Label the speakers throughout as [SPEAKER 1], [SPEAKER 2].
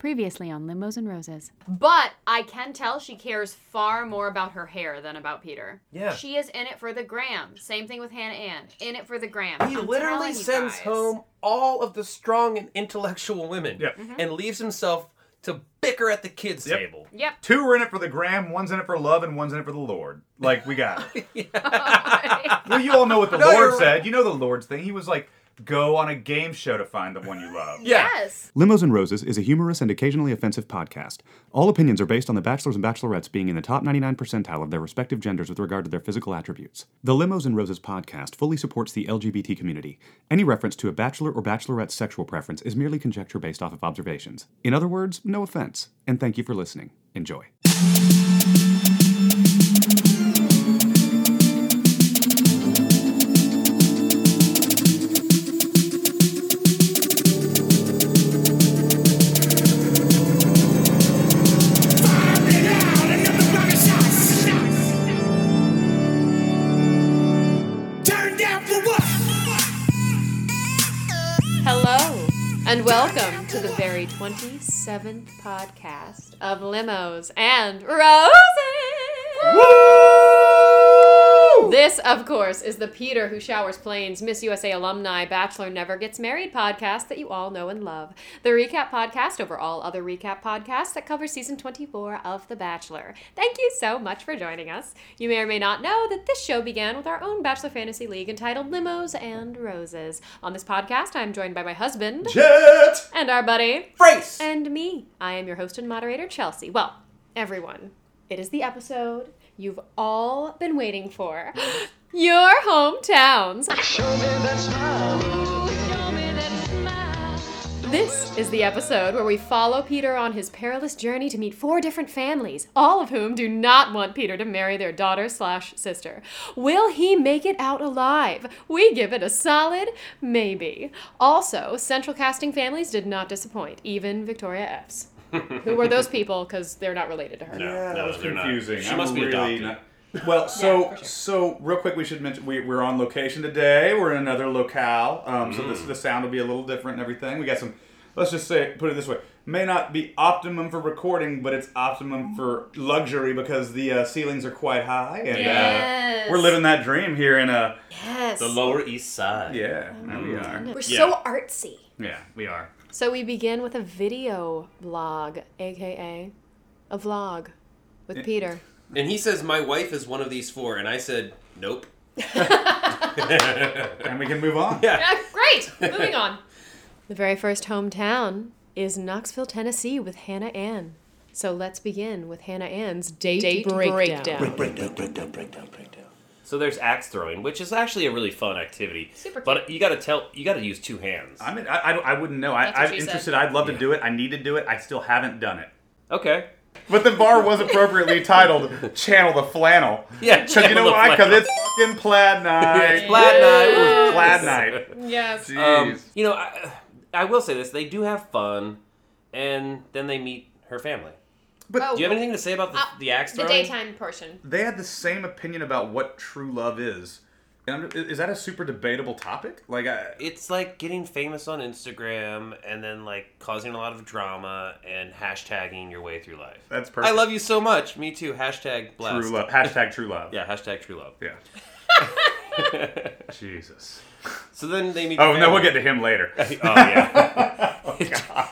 [SPEAKER 1] Previously on Limos and Roses.
[SPEAKER 2] But I can tell she cares far more about her hair than about Peter.
[SPEAKER 3] Yeah.
[SPEAKER 2] She is in it for the gram. Same thing with Hannah Ann. In it for the gram.
[SPEAKER 3] He
[SPEAKER 2] I'm telling
[SPEAKER 3] literally
[SPEAKER 2] you
[SPEAKER 3] sends
[SPEAKER 2] guys.
[SPEAKER 3] home all of the strong and intellectual women
[SPEAKER 4] Yep.
[SPEAKER 2] Mm-hmm.
[SPEAKER 3] and leaves himself to bicker at the kids'
[SPEAKER 4] Yep.
[SPEAKER 3] table.
[SPEAKER 2] Yep.
[SPEAKER 4] Two are in it for the gram, one's in it for love, and one's in it for the Lord. Like, we got it. well, you all know what the
[SPEAKER 3] No,
[SPEAKER 4] Lord
[SPEAKER 3] you're
[SPEAKER 4] said. You know the Lord's thing. He was like, go on a game show to find the one you love.
[SPEAKER 2] Yes.
[SPEAKER 5] Limos and Roses is a humorous and occasionally offensive podcast. All opinions are based on the bachelors and bachelorettes being in the top 99 percentile of their respective genders with regard to their physical attributes. The Limos and Roses podcast fully supports the LGBT community. Any reference to a bachelor or bachelorette's sexual preference is merely conjecture based off of observations. In other words, no offense, and thank you for listening. Enjoy.
[SPEAKER 6] Turn down for what?
[SPEAKER 2] Hello. And welcome to the very 27th podcast of Limos and Roses.
[SPEAKER 4] Woo!
[SPEAKER 2] This, of course, is the Peter Who Showers Planes Miss USA Alumni Bachelor Never Gets Married podcast that you all know and love. The recap podcast over all other recap podcasts that covers season 24 of The Bachelor. Thank you so much for joining us. You may or may not know that this show began with our own Bachelor Fantasy League entitled Limos and Roses. On this podcast, I'm joined by my husband
[SPEAKER 4] Jet!
[SPEAKER 2] and our buddy
[SPEAKER 3] Brace!
[SPEAKER 2] and me. I am your host and moderator, Chelsea. Well, everyone, it is the episode you've all been waiting for. Your hometowns. This is the episode where we follow Peter on his perilous journey to meet four different families, all of whom do not want Peter to marry their daughter slash sister. Will he make it out alive? We give it a solid maybe. Also, central casting families did not disappoint, even Victoria F's. Who were those people? Because they're not related to her.
[SPEAKER 4] Yeah, that was
[SPEAKER 7] they're not.
[SPEAKER 4] confusing.
[SPEAKER 7] She
[SPEAKER 4] I'm
[SPEAKER 7] must be
[SPEAKER 4] really
[SPEAKER 7] adopted.
[SPEAKER 4] not- Well, so so real quick, we should mention we, we're on location today. We're in another locale, um, so
[SPEAKER 7] Mm.
[SPEAKER 4] this, the sound will be a little different and everything. We got some. Let's just say, put it this way: may not be optimum for recording, but it's optimum for luxury because the uh, ceilings are quite high, and
[SPEAKER 2] Yes.
[SPEAKER 4] uh, we're living that dream here in a.
[SPEAKER 2] Yes.
[SPEAKER 7] The Lower East Side.
[SPEAKER 4] Yeah, there we are.
[SPEAKER 2] we're
[SPEAKER 7] Mm. Yeah.
[SPEAKER 2] so artsy.
[SPEAKER 4] Yeah, we are.
[SPEAKER 2] So we begin with a video blog, aka a vlog with Peter.
[SPEAKER 3] And he says, My wife is one of these four. And I said, Nope.
[SPEAKER 4] And we can move on.
[SPEAKER 2] great. Moving on. The very first hometown is Knoxville, Tennessee with Hannah Ann. So let's begin with Hannah Ann's date, breakdown.
[SPEAKER 6] Breakdown, breakdown, breakdown, breakdown.
[SPEAKER 7] So there's axe throwing, which is actually a really fun activity.
[SPEAKER 2] Super
[SPEAKER 7] But you gotta tell, you gotta use two hands.
[SPEAKER 4] I'm. In, I, I. don't- I wouldn't know. I,
[SPEAKER 2] That's what
[SPEAKER 4] I'm
[SPEAKER 2] she said.
[SPEAKER 4] interested. I'd love to do it. I need to do it. I still haven't done it.
[SPEAKER 7] okay.
[SPEAKER 4] But the bar was appropriately titled "Channel the Flannel."
[SPEAKER 7] Yeah.
[SPEAKER 4] Because you know why? Because it's fucking plaid night. It's
[SPEAKER 7] flat night. Um,
[SPEAKER 4] plaid night.
[SPEAKER 2] Yes.
[SPEAKER 4] Jeez.
[SPEAKER 7] You know, I, I will say this: they do have fun, and then they meet her family.
[SPEAKER 2] oh,
[SPEAKER 7] Do you have anything to say about the, the axe
[SPEAKER 2] the
[SPEAKER 7] throwing?
[SPEAKER 2] daytime portion.
[SPEAKER 4] they had the same opinion about what true love is. And I'm- is that a super debatable topic? Like, I,
[SPEAKER 7] It's like getting famous on Instagram and then like causing a lot of drama and hashtagging your way through life.
[SPEAKER 4] that's perfect.
[SPEAKER 7] I love you so much. Me too. Hashtag blast.
[SPEAKER 4] true love. Hashtag true love.
[SPEAKER 7] Yeah. Hashtag true love.
[SPEAKER 4] Yeah. Jesus.
[SPEAKER 7] So then they meet.
[SPEAKER 4] Oh
[SPEAKER 7] the
[SPEAKER 4] no, we'll
[SPEAKER 7] family.
[SPEAKER 4] get to him later.
[SPEAKER 7] Oh yeah. um,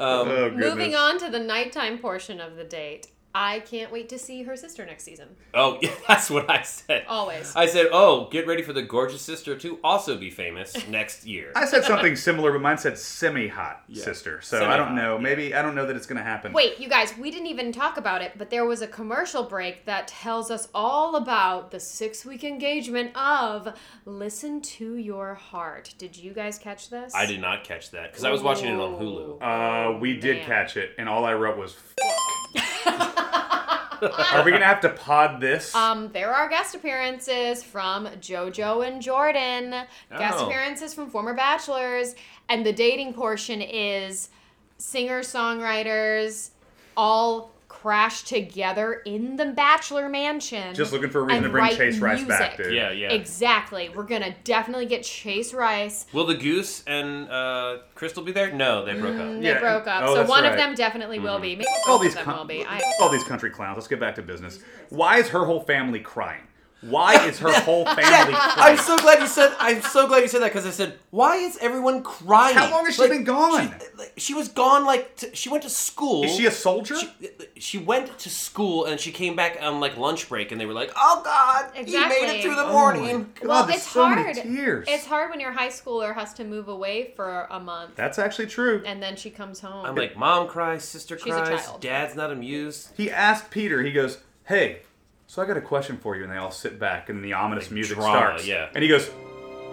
[SPEAKER 4] Oh goodness.
[SPEAKER 2] Moving on to the nighttime portion of the date. I can't wait to see her sister next season.
[SPEAKER 7] oh, yeah, that's what I said.
[SPEAKER 2] Always.
[SPEAKER 7] I said, "Oh, get ready for the gorgeous sister to also be famous next year."
[SPEAKER 4] I said something similar, but mine said semi-hot sister. So I
[SPEAKER 7] Semi-hot,
[SPEAKER 4] don't know. Maybe I don't know that it's gonna happen.
[SPEAKER 2] Wait, you guys, we didn't even talk about it, but there was a commercial break that tells us all about the six week engagement of Listen to Your Heart. Did you guys catch this?
[SPEAKER 7] I did not catch that because I was watching it on Hulu.
[SPEAKER 4] Uh, we did
[SPEAKER 2] Man.
[SPEAKER 4] catch it, and all I wrote was "fuck." Are we gonna have to pod this?
[SPEAKER 2] Um, there are guest appearances from JoJo and Jordan, guest
[SPEAKER 7] Oh.
[SPEAKER 2] appearances from former bachelors, and the dating portion is singer songwriters, all crash together in the Bachelor Mansion.
[SPEAKER 4] Just looking for a reason
[SPEAKER 2] and
[SPEAKER 4] to bring
[SPEAKER 2] write
[SPEAKER 4] Chase Rice back,
[SPEAKER 2] music.
[SPEAKER 4] dude.
[SPEAKER 7] Yeah, yeah.
[SPEAKER 2] Exactly. We're gonna definitely get Chase Rice.
[SPEAKER 7] Will the goose and uh, Crystal be there? No, they broke up.
[SPEAKER 2] They
[SPEAKER 4] Yeah,
[SPEAKER 2] broke up, so
[SPEAKER 4] oh, that's
[SPEAKER 2] one of
[SPEAKER 4] right.
[SPEAKER 2] them definitely will be. Maybe
[SPEAKER 4] all
[SPEAKER 2] both
[SPEAKER 4] these
[SPEAKER 2] of them
[SPEAKER 4] con-
[SPEAKER 2] will be. I,
[SPEAKER 4] all these country clowns. Let's get back to business. Why is her whole family crying? Why is her whole family
[SPEAKER 8] I'm
[SPEAKER 4] crying?
[SPEAKER 8] so glad you said. I'm so glad you said that because I said, why is everyone crying?
[SPEAKER 4] How long has she
[SPEAKER 8] Like,
[SPEAKER 4] been gone?
[SPEAKER 8] like, She was gone. Like t- she went to school.
[SPEAKER 4] Is she a soldier?
[SPEAKER 8] She, she went to school and she came back on like lunch break and they were like, "Oh God, you made
[SPEAKER 2] Exactly.
[SPEAKER 8] it through the
[SPEAKER 2] Oh
[SPEAKER 8] morning."
[SPEAKER 4] God,
[SPEAKER 2] well,
[SPEAKER 4] there's
[SPEAKER 2] it's
[SPEAKER 4] so many
[SPEAKER 2] hard.
[SPEAKER 4] tears.
[SPEAKER 2] It's hard when your high schooler has to move away for a month,
[SPEAKER 4] That's actually true.
[SPEAKER 2] and then she comes home.
[SPEAKER 7] I'm like, mom cries, sister
[SPEAKER 2] She's a
[SPEAKER 7] cries,
[SPEAKER 2] child.
[SPEAKER 7] dad's not amused.
[SPEAKER 4] He asked Peter, he goes, Hey, so I got a question for you. And they all sit back and the ominous music
[SPEAKER 7] drama,
[SPEAKER 4] starts.
[SPEAKER 7] yeah.
[SPEAKER 4] And he goes,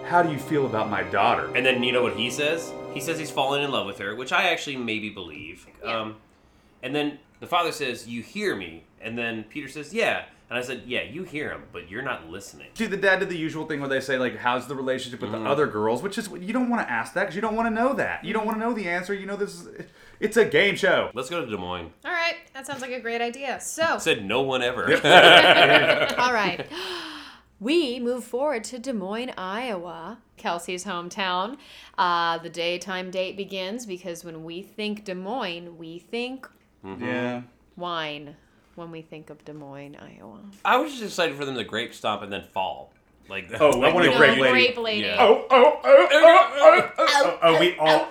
[SPEAKER 4] How do you feel about my daughter?
[SPEAKER 7] And then you know what he says? He says he's fallen in love with her, which I actually maybe believe.
[SPEAKER 2] Yeah.
[SPEAKER 7] Um, and then the father says, "You hear me?" And then Peter says, "Yeah." And I said, "Yeah, you hear him, but you're not listening."
[SPEAKER 4] Dude, the dad did the usual thing where they say, like, how's the relationship with the other girls? Which is, you don't want to ask that because you don't want to know that. You don't want to know the answer. You know, this is, it's a game show.
[SPEAKER 7] Let's go to Des Moines.
[SPEAKER 4] Oh.
[SPEAKER 2] all right, that sounds like a great idea. So,
[SPEAKER 7] Said no one ever.
[SPEAKER 2] all right, we move forward to Des Moines, Iowa, Kelsey's hometown. Uh, the daytime date begins because when we think Des Moines, we think
[SPEAKER 4] Yeah.
[SPEAKER 2] wine. When we think of Des Moines, Iowa,
[SPEAKER 7] I was just excited for them to grape stomp and then fall. Like,
[SPEAKER 4] Oh, I
[SPEAKER 7] like
[SPEAKER 4] wanna
[SPEAKER 7] no-
[SPEAKER 4] grape lady.
[SPEAKER 2] grape lady.
[SPEAKER 7] Yeah.
[SPEAKER 4] Oh, oh, oh, oh, oh, oh, oh, we all.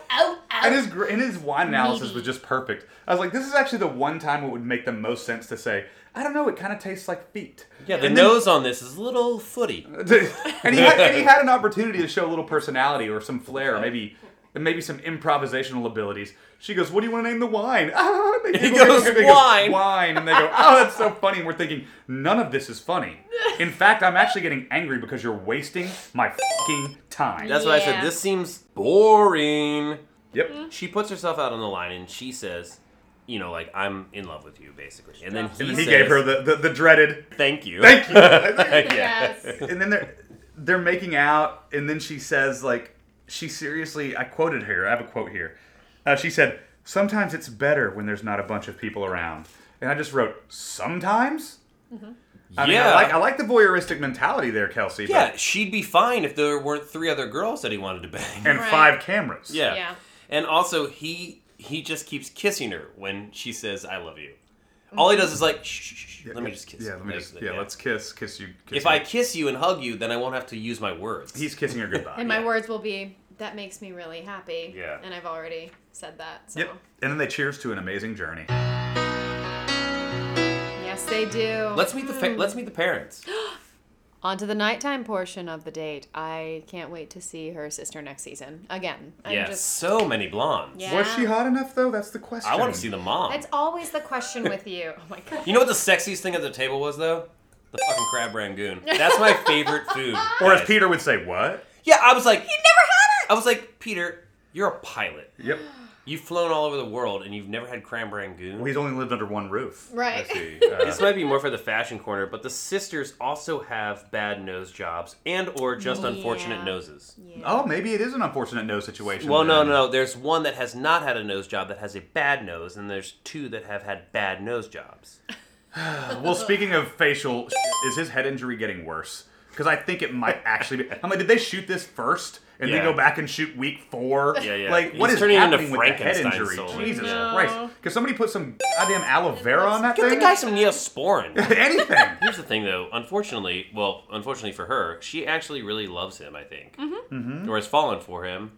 [SPEAKER 4] And his, gr- and his wine analysis was just perfect. I was like, this is actually the one time it would make the most sense to say, I don't know, it kind of tastes like feet.
[SPEAKER 7] Yeah, the
[SPEAKER 4] And then-
[SPEAKER 7] nose on this is a little footy.
[SPEAKER 4] and, he had, and he had an opportunity to show a little personality or some flair, or maybe and maybe some improvisational abilities. She goes, "What do you want to name the wine?" Ah, and they
[SPEAKER 7] He
[SPEAKER 4] giggle,
[SPEAKER 7] goes,
[SPEAKER 4] they go,
[SPEAKER 7] "Wine."
[SPEAKER 4] wine," and they go, "Oh, that's so funny." And we're thinking, none of this is funny. In fact, I'm actually getting angry because you're wasting my fucking time.
[SPEAKER 7] That's what I said.
[SPEAKER 2] Yeah.
[SPEAKER 7] This seems boring.
[SPEAKER 4] yep.
[SPEAKER 7] She puts herself out on the line and she says, you know, like, I'm in love with you, basically. And then he,
[SPEAKER 4] And then he
[SPEAKER 7] says,
[SPEAKER 4] gave her the, the, the dreaded
[SPEAKER 7] thank you.
[SPEAKER 4] "Thank you."
[SPEAKER 2] Yes.
[SPEAKER 4] and then they're they're making out, and then she says like she seriously. I quoted her. I have a quote here. Uh, she said, "Sometimes it's better when there's not a bunch of people around." And I just wrote, "Sometimes." I mean,
[SPEAKER 7] Yeah.
[SPEAKER 4] I like I like the voyeuristic mentality there, Kelsey. but-
[SPEAKER 7] Yeah, she'd be fine if there weren't three other girls that he wanted to bang.
[SPEAKER 4] and
[SPEAKER 2] Right.
[SPEAKER 4] five cameras.
[SPEAKER 7] yeah.
[SPEAKER 2] Yeah.
[SPEAKER 7] And also, he he just keeps kissing her when she says, I love you. All he does is like, shh, shh, shh, shh, let me just kiss.
[SPEAKER 4] Yeah, let me
[SPEAKER 7] Like,
[SPEAKER 4] just. Yeah, let's kiss, kiss you. Kiss
[SPEAKER 7] If
[SPEAKER 4] you.
[SPEAKER 7] I kiss you and hug you, then I won't have to use my words.
[SPEAKER 4] he's kissing her goodbye.
[SPEAKER 2] And my words will be, that makes me really happy.
[SPEAKER 7] Yeah.
[SPEAKER 2] And I've already said that. So.
[SPEAKER 4] Yep. And then they cheers to an amazing journey.
[SPEAKER 2] Yes, they do.
[SPEAKER 7] Let's meet the fa- let's meet the parents.
[SPEAKER 2] On to the nighttime portion of the date. I can't wait to see her sister next season. Again. I'm
[SPEAKER 7] yeah,
[SPEAKER 2] just.
[SPEAKER 7] so many blondes.
[SPEAKER 2] Yeah.
[SPEAKER 4] Was she hot enough though? That's the question.
[SPEAKER 7] I want to see the mom.
[SPEAKER 2] That's always the question with you. Oh my God.
[SPEAKER 7] You know what the sexiest thing at the table was though? The fucking crab rangoon. That's my favorite food.
[SPEAKER 4] Or as
[SPEAKER 7] guys.
[SPEAKER 4] Peter would say, "What?"
[SPEAKER 7] Yeah, I was like, you never had it. I was like, Peter, you're a pilot.
[SPEAKER 4] Yep.
[SPEAKER 7] You've flown all over the world and you've never had crab rangoon.
[SPEAKER 4] Well, he's only lived under one roof.
[SPEAKER 2] Right.
[SPEAKER 4] I see. Uh,
[SPEAKER 7] this might be more for the fashion corner, but the sisters also have bad nose jobs and or just unfortunate
[SPEAKER 2] Yeah.
[SPEAKER 7] noses.
[SPEAKER 4] oh, maybe it is an unfortunate no situation.
[SPEAKER 7] Well, no,
[SPEAKER 4] then.
[SPEAKER 7] no. There's one that has not had a nose job that has a bad nose, and there's two that have had bad nose jobs.
[SPEAKER 4] Well, speaking of facial, is his head injury getting worse? Because I think it might actually be. I'm like, did they shoot this first and
[SPEAKER 7] Yeah.
[SPEAKER 4] then go back and shoot week four?
[SPEAKER 7] Yeah, yeah.
[SPEAKER 4] Like, what
[SPEAKER 7] He's
[SPEAKER 4] is
[SPEAKER 7] turning into
[SPEAKER 4] happening with the head
[SPEAKER 7] Frankenstein
[SPEAKER 4] injury?
[SPEAKER 7] solely.
[SPEAKER 4] Jesus
[SPEAKER 2] No.
[SPEAKER 4] Christ! Because somebody put some goddamn aloe vera on that
[SPEAKER 7] Get the
[SPEAKER 4] thing.
[SPEAKER 7] guy some Neosporin.
[SPEAKER 4] Anything.
[SPEAKER 7] Here's the thing, though. Unfortunately, well, unfortunately for her, she actually really loves him. I think, mm-hmm. or has fallen for him,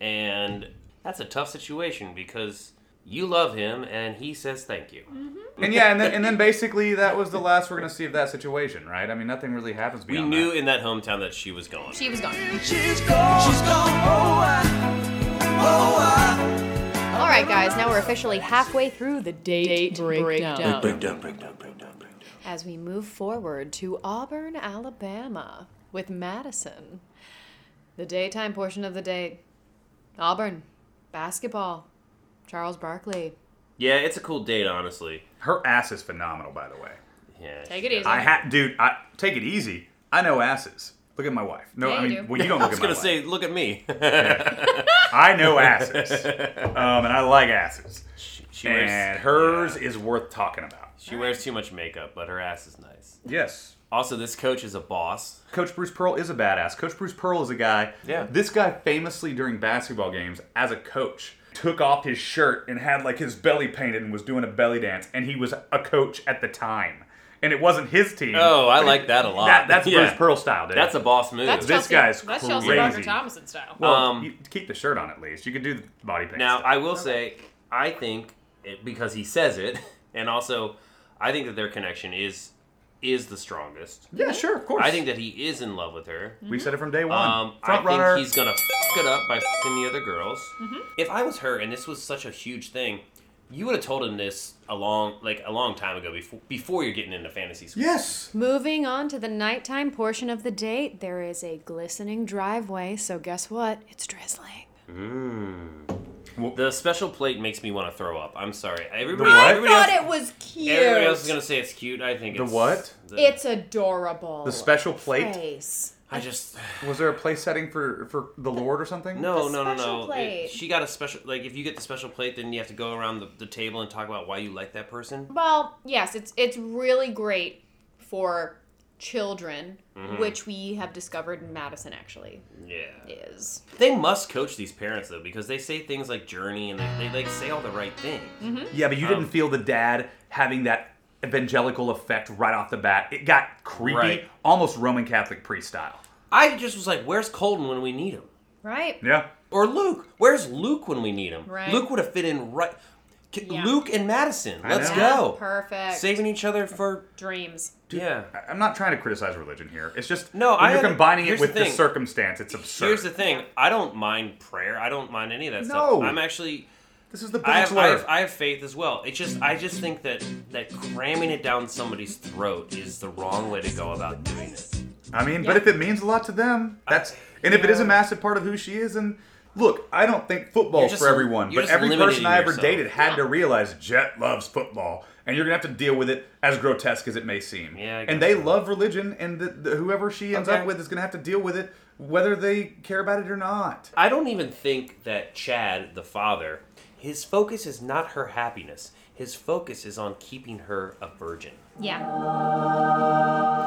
[SPEAKER 7] and that's a tough situation because you love him and he says thank you.
[SPEAKER 4] Mm-hmm. and yeah, and then and then basically that was the last we're gonna see of that situation, right? I mean, nothing really happens.
[SPEAKER 7] We
[SPEAKER 4] beyond
[SPEAKER 7] knew
[SPEAKER 4] that.
[SPEAKER 7] in that hometown that she was gone.
[SPEAKER 2] She was gone.
[SPEAKER 6] She's gone. She's gone. Oh, I, oh, I.
[SPEAKER 2] All right, guys. Now we're officially halfway through the date, breakdown.
[SPEAKER 6] Breakdown, breakdown, breakdown, breakdown.
[SPEAKER 2] As we move forward to Auburn, Alabama with Madison. The daytime portion of the date. Auburn, basketball, Charles Barkley.
[SPEAKER 7] Yeah, it's a cool date, honestly.
[SPEAKER 4] her ass is phenomenal, by the way.
[SPEAKER 7] Yeah,
[SPEAKER 2] Take it easy.
[SPEAKER 4] I ha dude. I take it easy. I know asses. Look at my wife. No,
[SPEAKER 2] Yeah,
[SPEAKER 4] I
[SPEAKER 2] you
[SPEAKER 4] mean,
[SPEAKER 2] do.
[SPEAKER 4] well, you don't
[SPEAKER 7] I
[SPEAKER 4] look
[SPEAKER 7] was
[SPEAKER 4] at my
[SPEAKER 7] gonna
[SPEAKER 4] wife.
[SPEAKER 7] say, look at me.
[SPEAKER 4] I know asses, um, and I like asses.
[SPEAKER 7] She wears
[SPEAKER 4] and hers
[SPEAKER 7] yeah.
[SPEAKER 4] is worth talking about.
[SPEAKER 7] She wears too much makeup, but her ass is nice.
[SPEAKER 4] Yes.
[SPEAKER 7] Also, this coach is a boss.
[SPEAKER 4] Coach Bruce Pearl is a badass. Coach Bruce Pearl is a guy.
[SPEAKER 7] Yeah.
[SPEAKER 4] This guy famously during basketball games as a coach took off his shirt and had like his belly painted and was doing a belly dance and he was a coach at the time. And it wasn't his team.
[SPEAKER 7] Oh, I like that a lot.
[SPEAKER 4] That, that's
[SPEAKER 7] Yeah.
[SPEAKER 4] Bruce Pearl style, dude.
[SPEAKER 7] That's a boss move.
[SPEAKER 4] This
[SPEAKER 9] Chelsea-
[SPEAKER 4] guy's
[SPEAKER 9] that's Chelsea Parker
[SPEAKER 4] crazy.
[SPEAKER 9] Thomason style.
[SPEAKER 4] well,
[SPEAKER 7] um,
[SPEAKER 4] you keep the shirt on at least. You could do the body paint.
[SPEAKER 7] Now,
[SPEAKER 4] stuff.
[SPEAKER 7] I will say, I think it, because he says it, and also, I think that their connection is is the strongest.
[SPEAKER 4] yeah, sure, of course.
[SPEAKER 7] I think that he is in love with her.
[SPEAKER 4] we said it from day one.
[SPEAKER 7] Um, I
[SPEAKER 4] Front
[SPEAKER 7] think
[SPEAKER 4] runner. Mm-hmm.
[SPEAKER 7] he's gonna f it up by fing the other girls. If I was her, and this was such a huge thing, you would have told him this a long, like a long time ago before before you're getting into fantasy school.
[SPEAKER 4] yes.
[SPEAKER 2] Moving on to the nighttime portion of the date, there is a glistening driveway, so guess what? It's drizzling.
[SPEAKER 7] The special plate makes me want to throw up. I'm sorry. Everybody,
[SPEAKER 4] The what?
[SPEAKER 7] everybody else,
[SPEAKER 9] was cute.
[SPEAKER 7] everybody else is gonna say it's cute. I think
[SPEAKER 4] The
[SPEAKER 7] it's,
[SPEAKER 4] what?
[SPEAKER 7] the-
[SPEAKER 9] It's adorable.
[SPEAKER 4] The special plate.
[SPEAKER 9] place.
[SPEAKER 7] I just
[SPEAKER 4] Was there a place setting for for the Lord or something?
[SPEAKER 7] no,
[SPEAKER 9] The
[SPEAKER 7] no, no,
[SPEAKER 9] special
[SPEAKER 7] no. It-
[SPEAKER 9] plate.
[SPEAKER 7] she got a special. Like if you get the special plate, then you have to go around the, the table and talk about why you like that person.
[SPEAKER 9] Well, yes, it's it's really great for children,
[SPEAKER 7] Mm-hmm.
[SPEAKER 9] which we have discovered in Madison actually
[SPEAKER 7] Yeah.
[SPEAKER 9] is.
[SPEAKER 7] They must coach these parents though, because they say things like journey and they, they like say all the right things.
[SPEAKER 4] Yeah, but you didn't
[SPEAKER 7] Um,
[SPEAKER 4] feel the dad having that evangelical effect right off the bat. It got creepy,
[SPEAKER 7] Right.
[SPEAKER 4] almost Roman Catholic priest style.
[SPEAKER 7] I just was like, "Where's Colton when we need him?"
[SPEAKER 9] Right?
[SPEAKER 4] Yeah.
[SPEAKER 7] Or Luke? Where's Luke when we need him?
[SPEAKER 9] Right.
[SPEAKER 7] Luke would have fit in right. K-
[SPEAKER 9] Yeah.
[SPEAKER 7] Luke and Madison,
[SPEAKER 4] I
[SPEAKER 7] let's
[SPEAKER 4] know.
[SPEAKER 9] Yeah,
[SPEAKER 7] go.
[SPEAKER 9] Perfect.
[SPEAKER 7] Saving each other for
[SPEAKER 9] Dreams.
[SPEAKER 7] yeah.
[SPEAKER 4] I'm not trying to criticize religion here. It's just
[SPEAKER 7] No,
[SPEAKER 4] when
[SPEAKER 7] I
[SPEAKER 4] you're
[SPEAKER 7] under-
[SPEAKER 4] combining it
[SPEAKER 7] here's
[SPEAKER 4] with
[SPEAKER 7] the
[SPEAKER 4] the
[SPEAKER 7] thing.
[SPEAKER 4] circumstance, it's absurd.
[SPEAKER 7] Here's the thing: I don't mind prayer. I don't mind any of that
[SPEAKER 4] No.
[SPEAKER 7] stuff. I'm actually.
[SPEAKER 4] this is the
[SPEAKER 7] I have,
[SPEAKER 4] bachelor.
[SPEAKER 7] I have I have faith as well. It's just I just think that that cramming it down somebody's throat is the wrong way to go about doing it.
[SPEAKER 4] I mean, but if it means a lot to them, that's and if it is a massive part of who she is, and look, I don't think football's
[SPEAKER 7] You're just-
[SPEAKER 4] for everyone,
[SPEAKER 7] you're
[SPEAKER 4] but
[SPEAKER 7] just
[SPEAKER 4] every person
[SPEAKER 7] limiting
[SPEAKER 4] I ever
[SPEAKER 7] yourself.
[SPEAKER 4] dated had to realize Jet loves football, and you're gonna have to deal with it as grotesque as it may seem.
[SPEAKER 7] Yeah, I
[SPEAKER 4] and
[SPEAKER 7] guess
[SPEAKER 4] they
[SPEAKER 7] so.
[SPEAKER 4] love religion, and the, the, whoever she ends
[SPEAKER 7] Okay.
[SPEAKER 4] up with is gonna have to deal with it whether they care about it or not.
[SPEAKER 7] I don't even think that Chad, the father, his focus is not her happiness. His focus is on keeping her a virgin.
[SPEAKER 9] Yeah.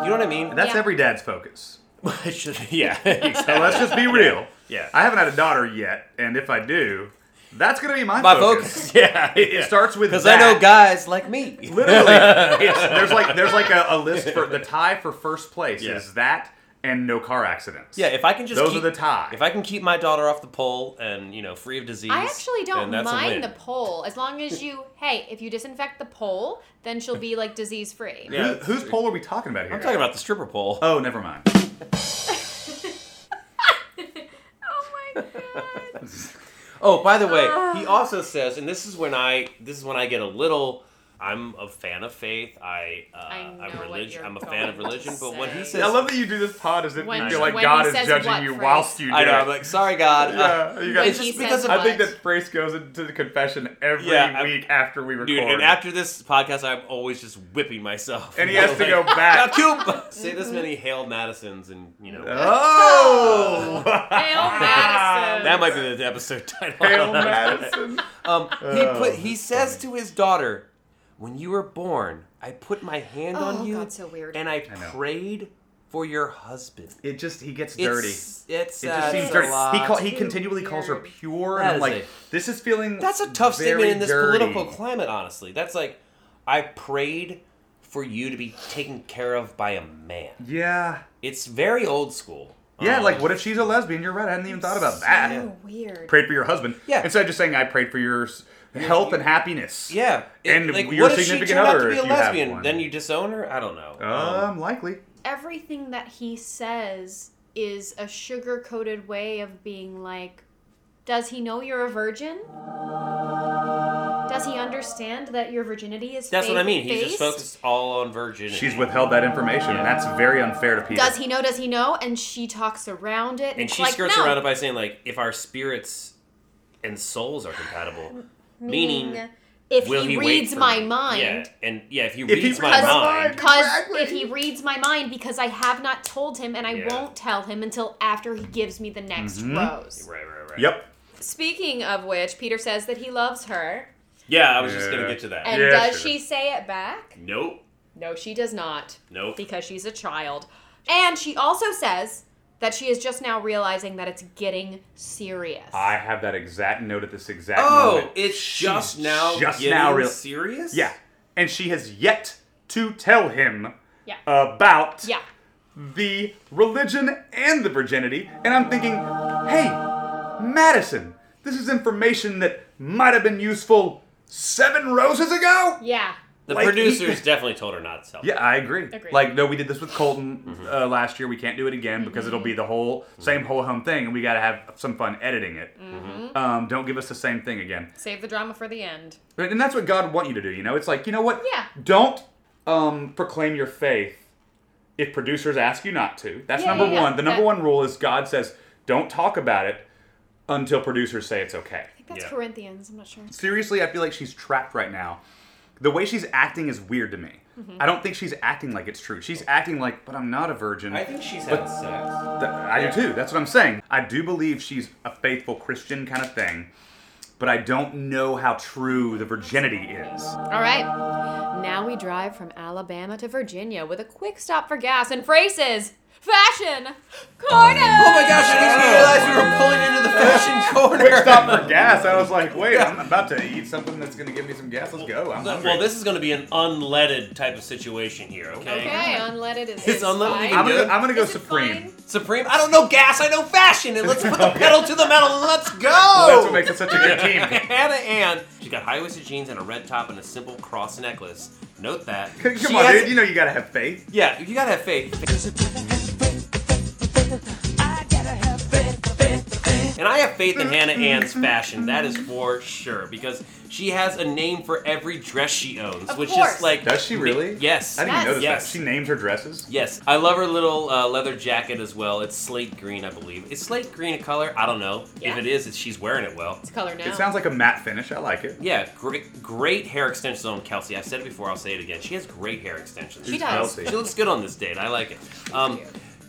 [SPEAKER 7] You know what I mean?
[SPEAKER 4] That's
[SPEAKER 9] Yeah.
[SPEAKER 4] every dad's focus.
[SPEAKER 7] It should- yeah, exactly.
[SPEAKER 4] So let's just be real.
[SPEAKER 7] Yeah.
[SPEAKER 4] I haven't had a daughter yet, and if I do, that's gonna be my,
[SPEAKER 7] My focus. Yeah,
[SPEAKER 4] It, it starts with
[SPEAKER 7] because I know
[SPEAKER 4] that.
[SPEAKER 7] guys like me.
[SPEAKER 4] Literally, it's, there's like there's like a, a list for the tie for first place
[SPEAKER 7] Yeah.
[SPEAKER 4] is that and no car accidents.
[SPEAKER 7] Yeah, if I can just
[SPEAKER 4] Those
[SPEAKER 7] keep,
[SPEAKER 4] are the tie.
[SPEAKER 7] If I can keep my daughter off the pole and you know free of disease,
[SPEAKER 9] I actually
[SPEAKER 7] then
[SPEAKER 9] don't
[SPEAKER 7] that's a win.
[SPEAKER 9] mind the pole as long as you hey, if you disinfect the pole, then she'll be like disease free.
[SPEAKER 7] Yeah,
[SPEAKER 4] Who- whose pole are we talking about here?
[SPEAKER 7] I'm talking about the stripper pole.
[SPEAKER 4] Oh, never mind.
[SPEAKER 9] Oh my god.
[SPEAKER 7] Oh, by the way,
[SPEAKER 9] Ah.
[SPEAKER 7] he also says, and this is when I this is when I get a little. I'm a fan of faith. I, uh,
[SPEAKER 9] I know
[SPEAKER 7] I'm
[SPEAKER 9] what
[SPEAKER 7] religion.
[SPEAKER 9] you're
[SPEAKER 7] I'm a fan of
[SPEAKER 9] going to
[SPEAKER 7] religion. But when he
[SPEAKER 9] say.
[SPEAKER 7] says,
[SPEAKER 4] I love that you do this pod as if
[SPEAKER 9] When-
[SPEAKER 4] you feel like
[SPEAKER 9] when
[SPEAKER 4] God
[SPEAKER 9] he
[SPEAKER 4] is
[SPEAKER 9] says
[SPEAKER 4] judging
[SPEAKER 9] what
[SPEAKER 4] you
[SPEAKER 9] phrase?
[SPEAKER 4] whilst you do
[SPEAKER 7] I know. I'm
[SPEAKER 4] it.
[SPEAKER 7] like, sorry, God.
[SPEAKER 4] yeah, you got
[SPEAKER 9] When
[SPEAKER 7] it's
[SPEAKER 9] he
[SPEAKER 7] just because
[SPEAKER 9] says
[SPEAKER 7] of
[SPEAKER 4] I think
[SPEAKER 9] what?
[SPEAKER 4] that phrase goes into the confession every
[SPEAKER 7] Yeah, I'm-
[SPEAKER 4] week after we record.
[SPEAKER 7] Dude, and after this podcast, I'm always just whipping myself.
[SPEAKER 4] And he has to
[SPEAKER 7] Like,
[SPEAKER 4] go
[SPEAKER 7] Now,
[SPEAKER 4] back.
[SPEAKER 7] Coop, say this many Hail Madisons, and you know
[SPEAKER 4] Uh, oh,
[SPEAKER 9] Hail Madison.
[SPEAKER 7] that might be the episode title.
[SPEAKER 4] Hail Oh, Madison.
[SPEAKER 7] Um, he put he says to his daughter, "When you were born, I put my hand
[SPEAKER 9] Oh,
[SPEAKER 7] on you,
[SPEAKER 9] God, so weird.
[SPEAKER 7] and I,
[SPEAKER 4] know.
[SPEAKER 7] prayed for your husband."
[SPEAKER 4] It just he gets dirty.
[SPEAKER 7] It's, it's
[SPEAKER 4] It just
[SPEAKER 7] uh,
[SPEAKER 4] seems
[SPEAKER 7] it's a
[SPEAKER 4] dirty.
[SPEAKER 7] lot.
[SPEAKER 4] He call, he
[SPEAKER 9] Too
[SPEAKER 4] continually calls her
[SPEAKER 9] weird.
[SPEAKER 4] pure,
[SPEAKER 7] That
[SPEAKER 4] and I'm
[SPEAKER 7] is
[SPEAKER 4] like,
[SPEAKER 7] a-
[SPEAKER 4] this is feeling.
[SPEAKER 7] That's a tough statement
[SPEAKER 4] very
[SPEAKER 7] in this
[SPEAKER 4] dirty.
[SPEAKER 7] political climate, honestly. That's like, I prayed for you to be taken care of by a man.
[SPEAKER 4] Yeah,
[SPEAKER 7] It's very old school.
[SPEAKER 4] yeah.
[SPEAKER 7] Um,
[SPEAKER 4] Like, what if she's a lesbian? You're right. I hadn't even thought about that.
[SPEAKER 9] so weird.
[SPEAKER 4] Prayed for your husband.
[SPEAKER 7] Yeah.
[SPEAKER 4] Instead of just saying, I prayed for your s- health and happiness.
[SPEAKER 7] Yeah, it-
[SPEAKER 4] And
[SPEAKER 7] like,
[SPEAKER 4] your
[SPEAKER 7] what if she
[SPEAKER 4] significant
[SPEAKER 7] turned out
[SPEAKER 4] other
[SPEAKER 7] to be
[SPEAKER 4] if
[SPEAKER 7] a
[SPEAKER 4] you have
[SPEAKER 7] lesbian?
[SPEAKER 4] one.
[SPEAKER 7] Then you disown her? I don't know.
[SPEAKER 4] Um, likely.
[SPEAKER 9] everything that he says is a sugar coated way of being like, does he know you're a virgin? Does he understand that your virginity is
[SPEAKER 7] that's what I
[SPEAKER 9] faith-
[SPEAKER 7] mean. He's just
[SPEAKER 9] based?
[SPEAKER 7] focused all on virginity.
[SPEAKER 4] She's withheld that information, and that's very unfair to Peter.
[SPEAKER 9] Does he know? Does he know? And she talks around it.
[SPEAKER 7] and
[SPEAKER 9] it's
[SPEAKER 7] she
[SPEAKER 9] like,
[SPEAKER 7] skirts
[SPEAKER 9] no.
[SPEAKER 7] around it by saying like if our spirits and souls are compatible meaning,
[SPEAKER 9] if
[SPEAKER 7] will
[SPEAKER 9] he,
[SPEAKER 7] he wait
[SPEAKER 9] reads
[SPEAKER 7] for
[SPEAKER 9] my
[SPEAKER 7] me?
[SPEAKER 9] mind.
[SPEAKER 7] yeah and yeah if he
[SPEAKER 4] he
[SPEAKER 7] reads my
[SPEAKER 4] reads my
[SPEAKER 7] mind
[SPEAKER 9] Because
[SPEAKER 4] Exactly.
[SPEAKER 9] if he reads my mind, because I have not told him, and I
[SPEAKER 7] Yeah.
[SPEAKER 9] won't tell him until after he gives me the next rose.
[SPEAKER 7] right right right
[SPEAKER 4] Yep.
[SPEAKER 2] Speaking of which, Peter says that he loves her.
[SPEAKER 7] Yeah, I was just gonna
[SPEAKER 4] Yeah.
[SPEAKER 7] get to that.
[SPEAKER 2] And
[SPEAKER 4] Yeah,
[SPEAKER 2] does
[SPEAKER 4] sure.
[SPEAKER 2] she say it back?
[SPEAKER 7] nope,
[SPEAKER 2] No, she does not,
[SPEAKER 7] nope.
[SPEAKER 2] because she's a child. And she also says that she is just now realizing that it's getting serious.
[SPEAKER 4] I have that exact note at this exact
[SPEAKER 7] Oh,
[SPEAKER 4] moment.
[SPEAKER 7] it's just now
[SPEAKER 4] just
[SPEAKER 7] getting
[SPEAKER 4] now real-
[SPEAKER 7] serious.
[SPEAKER 4] yeah, and she has yet to tell him
[SPEAKER 2] Yeah.
[SPEAKER 4] about
[SPEAKER 2] yeah.
[SPEAKER 4] the religion and the virginity, and I'm thinking, hey, Madison, this is information that might have been useful seven roses ago.
[SPEAKER 2] Yeah.
[SPEAKER 7] the
[SPEAKER 4] like-
[SPEAKER 7] producers definitely told her not to tell.
[SPEAKER 4] Yeah, I agree.
[SPEAKER 2] Agreed.
[SPEAKER 4] Like, no, we did this with Colton uh, last year. We can't do it again because it'll be the whole same whole home thing, and we got to have some fun editing it. Um, don't give us the same thing again.
[SPEAKER 2] Save the drama for the end.
[SPEAKER 4] Right, And that's what God want you to do. You know, it's like you know what?
[SPEAKER 2] Yeah.
[SPEAKER 4] Don't um, proclaim your faith if producers ask you not to. That's
[SPEAKER 2] Yeah,
[SPEAKER 4] number
[SPEAKER 2] yeah, yeah.
[SPEAKER 4] one. The number
[SPEAKER 2] That-
[SPEAKER 4] one rule is God says don't talk about it until producers say it's okay.
[SPEAKER 9] I think that's
[SPEAKER 7] Yeah.
[SPEAKER 9] Corinthians. I'm not sure.
[SPEAKER 4] Seriously, I feel like she's trapped right now. The way she's acting is weird to me.
[SPEAKER 2] Mm-hmm.
[SPEAKER 4] I don't think she's acting like it's true. She's acting like, but I'm not a virgin.
[SPEAKER 7] I think she's had sex.
[SPEAKER 4] Th- I do too. That's what I'm saying. I do believe she's a faithful Christian kind of thing, but I don't know how true the virginity is.
[SPEAKER 2] All right. Now we drive from Alabama to Virginia with a quick stop for gas and phrases. Fashion corner.
[SPEAKER 8] Oh my gosh, I didn't even realize we were pulling into the fashion corner.
[SPEAKER 4] quick stop for gas. I was like, wait, I'm about to eat something that's gonna give me some gas. Let's go. I'm
[SPEAKER 7] Well,
[SPEAKER 4] hungry.
[SPEAKER 7] this is going to be an unleaded type of situation here. Okay.
[SPEAKER 2] Okay, unleaded is.
[SPEAKER 7] It's
[SPEAKER 2] fine.
[SPEAKER 7] unleaded, you can
[SPEAKER 4] I'm gonna,
[SPEAKER 7] good?
[SPEAKER 4] I'm gonna go
[SPEAKER 2] Is it
[SPEAKER 4] Supreme.
[SPEAKER 2] fine?
[SPEAKER 8] Supreme. I don't know gas. I know fashion, and let's put the pedal to the metal and let's go.
[SPEAKER 7] Oh.
[SPEAKER 4] That's what makes it such a good team.
[SPEAKER 7] Hannah Ann. She's got high waisted jeans and a red top and a simple cross necklace. Note that.
[SPEAKER 4] Come
[SPEAKER 7] She
[SPEAKER 4] on,
[SPEAKER 7] has-
[SPEAKER 4] dude. You know you gotta have faith.
[SPEAKER 7] Yeah, you gotta have faith. And I have faith in Hannah Ann's fashion, that is for sure, because she has a name for every dress she owns,
[SPEAKER 2] Of
[SPEAKER 7] which
[SPEAKER 2] course.
[SPEAKER 7] is like.
[SPEAKER 4] Does she really?
[SPEAKER 7] Yes.
[SPEAKER 4] I didn't
[SPEAKER 2] Yes.
[SPEAKER 4] even notice
[SPEAKER 7] Yes.
[SPEAKER 4] that. She names her dresses.
[SPEAKER 7] Yes, I love her little uh, leather jacket as well. It's slate green, I believe. Is slate green a color? I don't know.
[SPEAKER 2] Yeah.
[SPEAKER 7] If it is, it's, she's wearing it well.
[SPEAKER 2] It's color now.
[SPEAKER 4] It sounds like a matte finish. I like it.
[SPEAKER 7] Yeah, great, great hair extensions on Kelsey. I've said it before, I'll say it again. She has great hair extensions.
[SPEAKER 2] She
[SPEAKER 4] She's
[SPEAKER 2] does.
[SPEAKER 4] healthy.
[SPEAKER 7] She looks good on this date. I like it. Um,
[SPEAKER 2] you.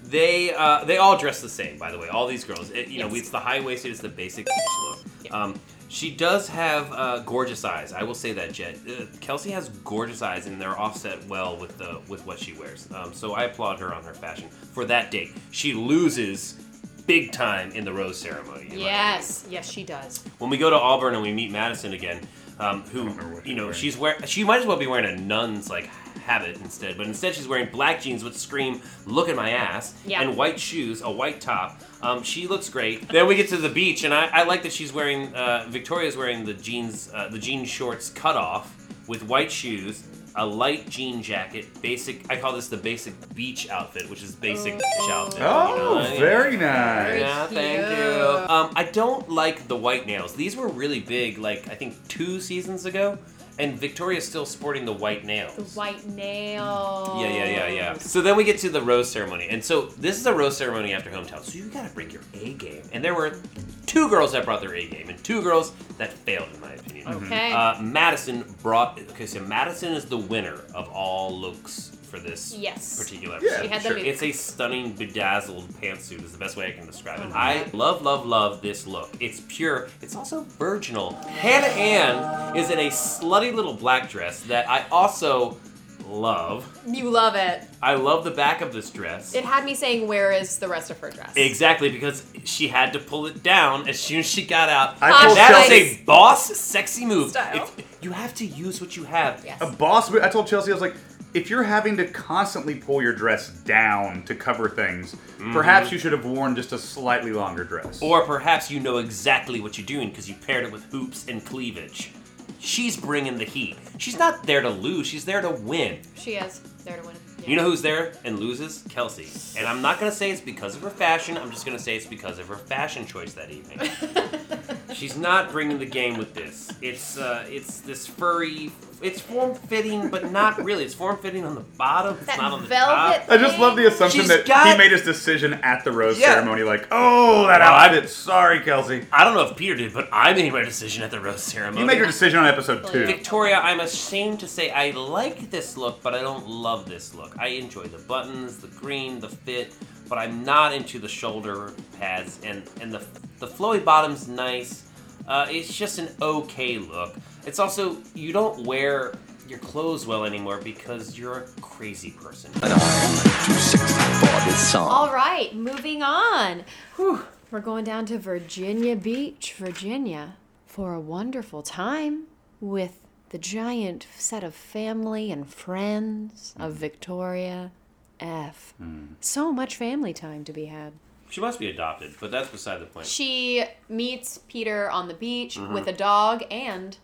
[SPEAKER 7] they uh, they all dress the same, by the way. All these girls. It- you know,
[SPEAKER 2] Yes.
[SPEAKER 7] it's the high waisted, it's the basic look.
[SPEAKER 2] Yeah.
[SPEAKER 7] Um, she does have uh, gorgeous eyes. I will say that, Jet. Uh, Kelsey has gorgeous eyes, and they're offset well with the with what she wears. Um, so I applaud her on her fashion for that date. She loses big time in the rose ceremony. in my
[SPEAKER 2] yes, yes, she does.
[SPEAKER 7] when we go to Auburn and we meet Madison again, um,
[SPEAKER 4] remember
[SPEAKER 7] who
[SPEAKER 4] what
[SPEAKER 7] you
[SPEAKER 4] she's
[SPEAKER 7] know
[SPEAKER 4] wearing.
[SPEAKER 7] she's wearing, she might as well be wearing a nun's like habit instead, but instead she's wearing black jeans with scream "Look at my ass"
[SPEAKER 2] Yeah.
[SPEAKER 7] and white shoes, a white top. Um, she looks great. then we get to the beach, and I, I like that she's wearing uh, Victoria's wearing the jeans, uh, the jean shorts cut off with white shoes. A light jean jacket, basic. I call this the basic beach outfit, which is basic beach outfit. you
[SPEAKER 4] Oh,
[SPEAKER 7] know?
[SPEAKER 4] very nice.
[SPEAKER 7] Yeah, thank you. Um, I don't like the white nails. These were really big, like I think two seasons ago, and Victoria's still sporting the white nails.
[SPEAKER 2] The white nails.
[SPEAKER 7] Yeah, yeah, yeah, yeah. So then we get to the rose ceremony, and so this is a rose ceremony after hometown. So you gotta bring your A game, and there were two girls that brought their A game, and two girls that failed, in my opinion.
[SPEAKER 2] Okay.
[SPEAKER 7] Uh, Madison brought. Okay, so Madison is the winner of all looks for this
[SPEAKER 2] Yes.
[SPEAKER 7] particular.
[SPEAKER 4] Yeah,
[SPEAKER 7] episode.
[SPEAKER 2] She had the
[SPEAKER 7] sure.
[SPEAKER 2] look.
[SPEAKER 7] It's a stunning bedazzled pantsuit. Is the best way I can describe
[SPEAKER 2] Uh-huh.
[SPEAKER 7] it. I love, love, love this look. It's pure. It's also virginal. Hannah Ann is in a slutty little black dress that I also love.
[SPEAKER 2] You love it.
[SPEAKER 7] I love the back of this dress.
[SPEAKER 2] It had me saying, "Where is the rest of her dress?"
[SPEAKER 7] Exactly, because she had to pull it down as soon as she got out.
[SPEAKER 4] I told
[SPEAKER 7] that is
[SPEAKER 2] Chelsea-
[SPEAKER 7] a boss sexy move.
[SPEAKER 2] Style.
[SPEAKER 7] It's- you have to use what you have.
[SPEAKER 2] Yes.
[SPEAKER 4] A boss. I told Chelsea, I was like, if you're having to constantly pull your dress down to cover things, perhaps you should have worn just a slightly longer dress.
[SPEAKER 7] Mm-hmm. Or perhaps you know exactly what you're doing because you paired it with hoops and cleavage. She's bringing the heat. She's not there to lose, she's there to win.
[SPEAKER 2] She is there to win. Yeah.
[SPEAKER 7] You know who's there and loses? Kelsey. And I'm not gonna say it's because of her fashion, I'm just gonna say it's because of her fashion choice that evening. She's not bringing the game with this. It's uh, it's this furry. It's form fitting, but not really. It's form fitting on the bottom. It's
[SPEAKER 2] that
[SPEAKER 7] not on the
[SPEAKER 2] velvet.
[SPEAKER 7] top.
[SPEAKER 4] I just love the assumption
[SPEAKER 7] She's
[SPEAKER 4] that
[SPEAKER 7] got-
[SPEAKER 4] he made his decision at the rose
[SPEAKER 7] Yeah.
[SPEAKER 4] ceremony. Like, oh, that
[SPEAKER 7] Well, I-
[SPEAKER 4] outfit. Sorry, Kelsey.
[SPEAKER 7] I don't know if Peter did, but I made my decision at the rose ceremony.
[SPEAKER 4] You made your decision on episode two.
[SPEAKER 7] Victoria, I'm ashamed to say I like this look, but I don't love this look. I enjoy the buttons, the green, the fit, but I'm not into the shoulder pads and and the the flowy bottom's nice. Uh, it's just an okay look. It's also you don't wear your clothes well anymore because you're a crazy person.
[SPEAKER 9] All right, moving on. Whew. We're going down to Virginia Beach, Virginia, for a wonderful time with the giant set of family and friends of Victoria F. So much family time to be had.
[SPEAKER 7] She must be adopted, but that's beside the point.
[SPEAKER 2] She meets Peter on the beach with a dog and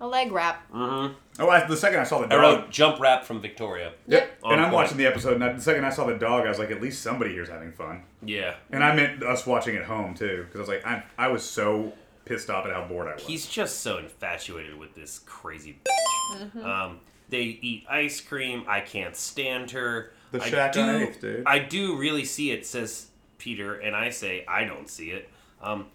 [SPEAKER 2] a leg wrap.
[SPEAKER 4] Oh, I, the second I saw the
[SPEAKER 7] I
[SPEAKER 4] dog.
[SPEAKER 7] wrote jump rap from Victoria.
[SPEAKER 4] Yep. Oh,
[SPEAKER 7] On
[SPEAKER 4] And I'm
[SPEAKER 7] point.
[SPEAKER 4] watching the episode, and I, the second I saw the dog, I was like, at least somebody here's having fun.
[SPEAKER 7] Yeah.
[SPEAKER 4] And I meant us watching at home too, because I was like, I, I was so pissed off at how bored I was.
[SPEAKER 7] He's just so infatuated with this crazy bitch.
[SPEAKER 2] Mm-hmm.
[SPEAKER 7] Um, they eat ice cream. I can't stand her.
[SPEAKER 4] The
[SPEAKER 7] I
[SPEAKER 4] Shack on
[SPEAKER 7] do-
[SPEAKER 4] Eighth, dude.
[SPEAKER 7] I do really see it, says Peter, and I say I don't see it. Um,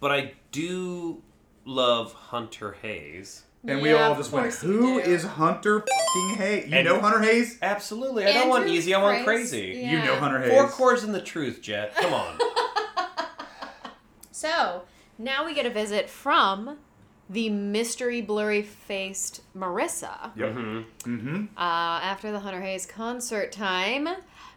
[SPEAKER 7] but I do love Hunter Hayes.
[SPEAKER 4] and we
[SPEAKER 2] Yeah,
[SPEAKER 4] all
[SPEAKER 2] of
[SPEAKER 4] just went,
[SPEAKER 2] course
[SPEAKER 4] "Who
[SPEAKER 2] you do.
[SPEAKER 4] is Hunter fucking Hayes? You
[SPEAKER 7] And-
[SPEAKER 4] know Hunter Hayes?
[SPEAKER 7] Absolutely. I don't want
[SPEAKER 2] Andrew's
[SPEAKER 7] easy. I want
[SPEAKER 2] Grace,
[SPEAKER 7] crazy.
[SPEAKER 4] You know
[SPEAKER 2] yeah.
[SPEAKER 4] Hunter Hayes?
[SPEAKER 7] Four chords in the truth, Jet. Come on.
[SPEAKER 2] So
[SPEAKER 9] Now we get a visit from
[SPEAKER 2] the mystery blurry faced Marissa.
[SPEAKER 4] Yep.
[SPEAKER 7] Mm-hmm.
[SPEAKER 2] Uh, after the Hunter Hayes concert time,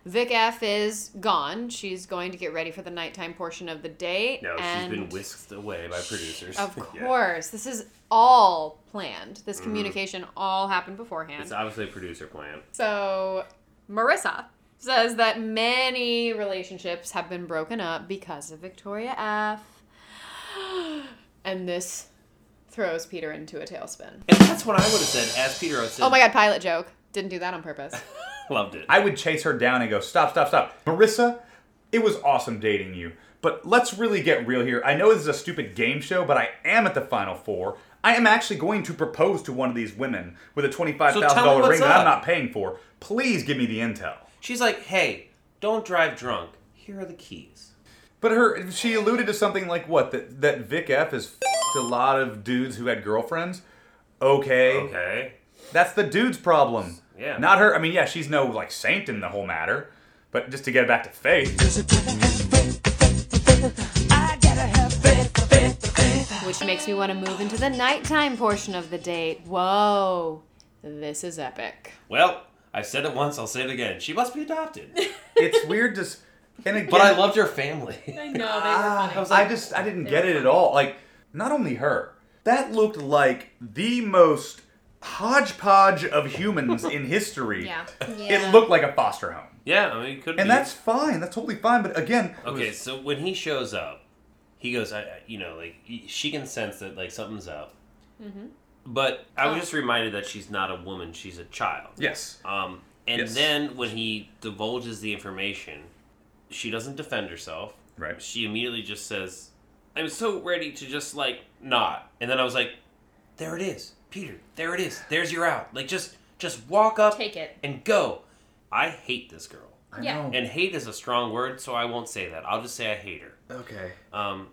[SPEAKER 2] Vic F is gone. She's going to get ready for the nighttime portion of the day.
[SPEAKER 7] no, she's
[SPEAKER 2] and
[SPEAKER 7] been whisked away by producers.
[SPEAKER 2] Of
[SPEAKER 7] Yeah. Mm-hmm.
[SPEAKER 2] course, this is all planned. This communication all happened beforehand.
[SPEAKER 7] It's obviously a producer plan.
[SPEAKER 2] So, Marissa says that many relationships have been broken up because of Victoria F. And this throws Peter into a tailspin.
[SPEAKER 7] And that's what I would have said as Peter I said.
[SPEAKER 2] Oh my god, pilot joke. Didn't do that on purpose.
[SPEAKER 7] Loved it.
[SPEAKER 4] I would chase her down and go, stop, stop, stop. Marissa, it was awesome dating you, but let's really get real here. I know this is a stupid game show, but I am at the Final Four. I am actually going to propose to one of these women with a $25,000
[SPEAKER 7] So tell me what's
[SPEAKER 4] ring that I'm
[SPEAKER 7] up.
[SPEAKER 4] not paying for. Please give me the intel.
[SPEAKER 7] She's like, hey, don't drive drunk. Here are the keys.
[SPEAKER 4] But her, she alluded to something like what? That, that Vic F has f***ed a lot of dudes who had girlfriends? Okay.
[SPEAKER 7] Okay.
[SPEAKER 4] That's the dude's problem.
[SPEAKER 7] Yeah.
[SPEAKER 4] Not her. I mean, yeah, she's no like saint in the whole matter. But just to get back to faith.
[SPEAKER 2] Which makes me want to move into the nighttime portion of the date. Whoa. This is epic.
[SPEAKER 7] Well, I've said it once, I'll say it again. She must be adopted.
[SPEAKER 4] it's weird to s- and again
[SPEAKER 7] But I loved her family.
[SPEAKER 2] I know, they were funny.
[SPEAKER 4] I, just i didn't get it at all like not only her that looked like the most hodgepodge of humans in history
[SPEAKER 2] Yeah.
[SPEAKER 4] it looked like a foster home
[SPEAKER 7] yeah, I mean, it could be.
[SPEAKER 4] and that's fine that's totally fine but again it
[SPEAKER 7] Okay,
[SPEAKER 4] was-
[SPEAKER 7] so when he shows up, he goes, I, I- you know, like, he- she can sense that, like, something's up. But I was just reminded that she's not a woman, she's a child.
[SPEAKER 4] yes
[SPEAKER 7] Um, and
[SPEAKER 4] Yes.
[SPEAKER 7] then when he divulges the information, she doesn't defend herself.
[SPEAKER 4] Right.
[SPEAKER 7] She immediately just says, I'm so ready to just like not. And then I was like, there it is, Peter. There it is. There's your out. Like just just walk up
[SPEAKER 2] Take it.
[SPEAKER 7] and go. I hate this girl.
[SPEAKER 4] I
[SPEAKER 2] yeah.
[SPEAKER 4] know.
[SPEAKER 7] And hate is a strong word, so I won't say that. I'll just say I hate her.
[SPEAKER 4] okay
[SPEAKER 7] Um,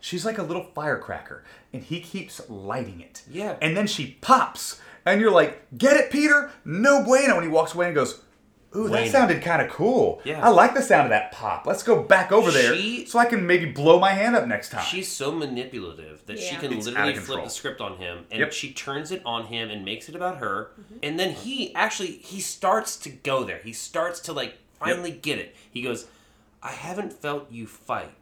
[SPEAKER 4] she's like a little firecracker and he keeps lighting it
[SPEAKER 7] Yeah.
[SPEAKER 4] and then she pops and you're like get it peter no bueno and he walks away and goes Ooh,
[SPEAKER 7] Bueno.
[SPEAKER 4] that sounded kind of cool.
[SPEAKER 7] Yeah.
[SPEAKER 4] I like the sound of that pop. Let's go back over there
[SPEAKER 7] She-
[SPEAKER 4] so I can maybe blow my hand up next time.
[SPEAKER 7] She's so manipulative that she
[SPEAKER 2] Yeah.
[SPEAKER 7] can
[SPEAKER 4] It's
[SPEAKER 7] literally
[SPEAKER 4] out of
[SPEAKER 7] flip
[SPEAKER 4] control.
[SPEAKER 7] the script on him, and
[SPEAKER 4] Yep.
[SPEAKER 7] she turns it on him and makes it about her.
[SPEAKER 2] Mm-hmm.
[SPEAKER 7] And then he actually he starts to go there. He starts to like finally get it. He goes, "I haven't felt you fight,"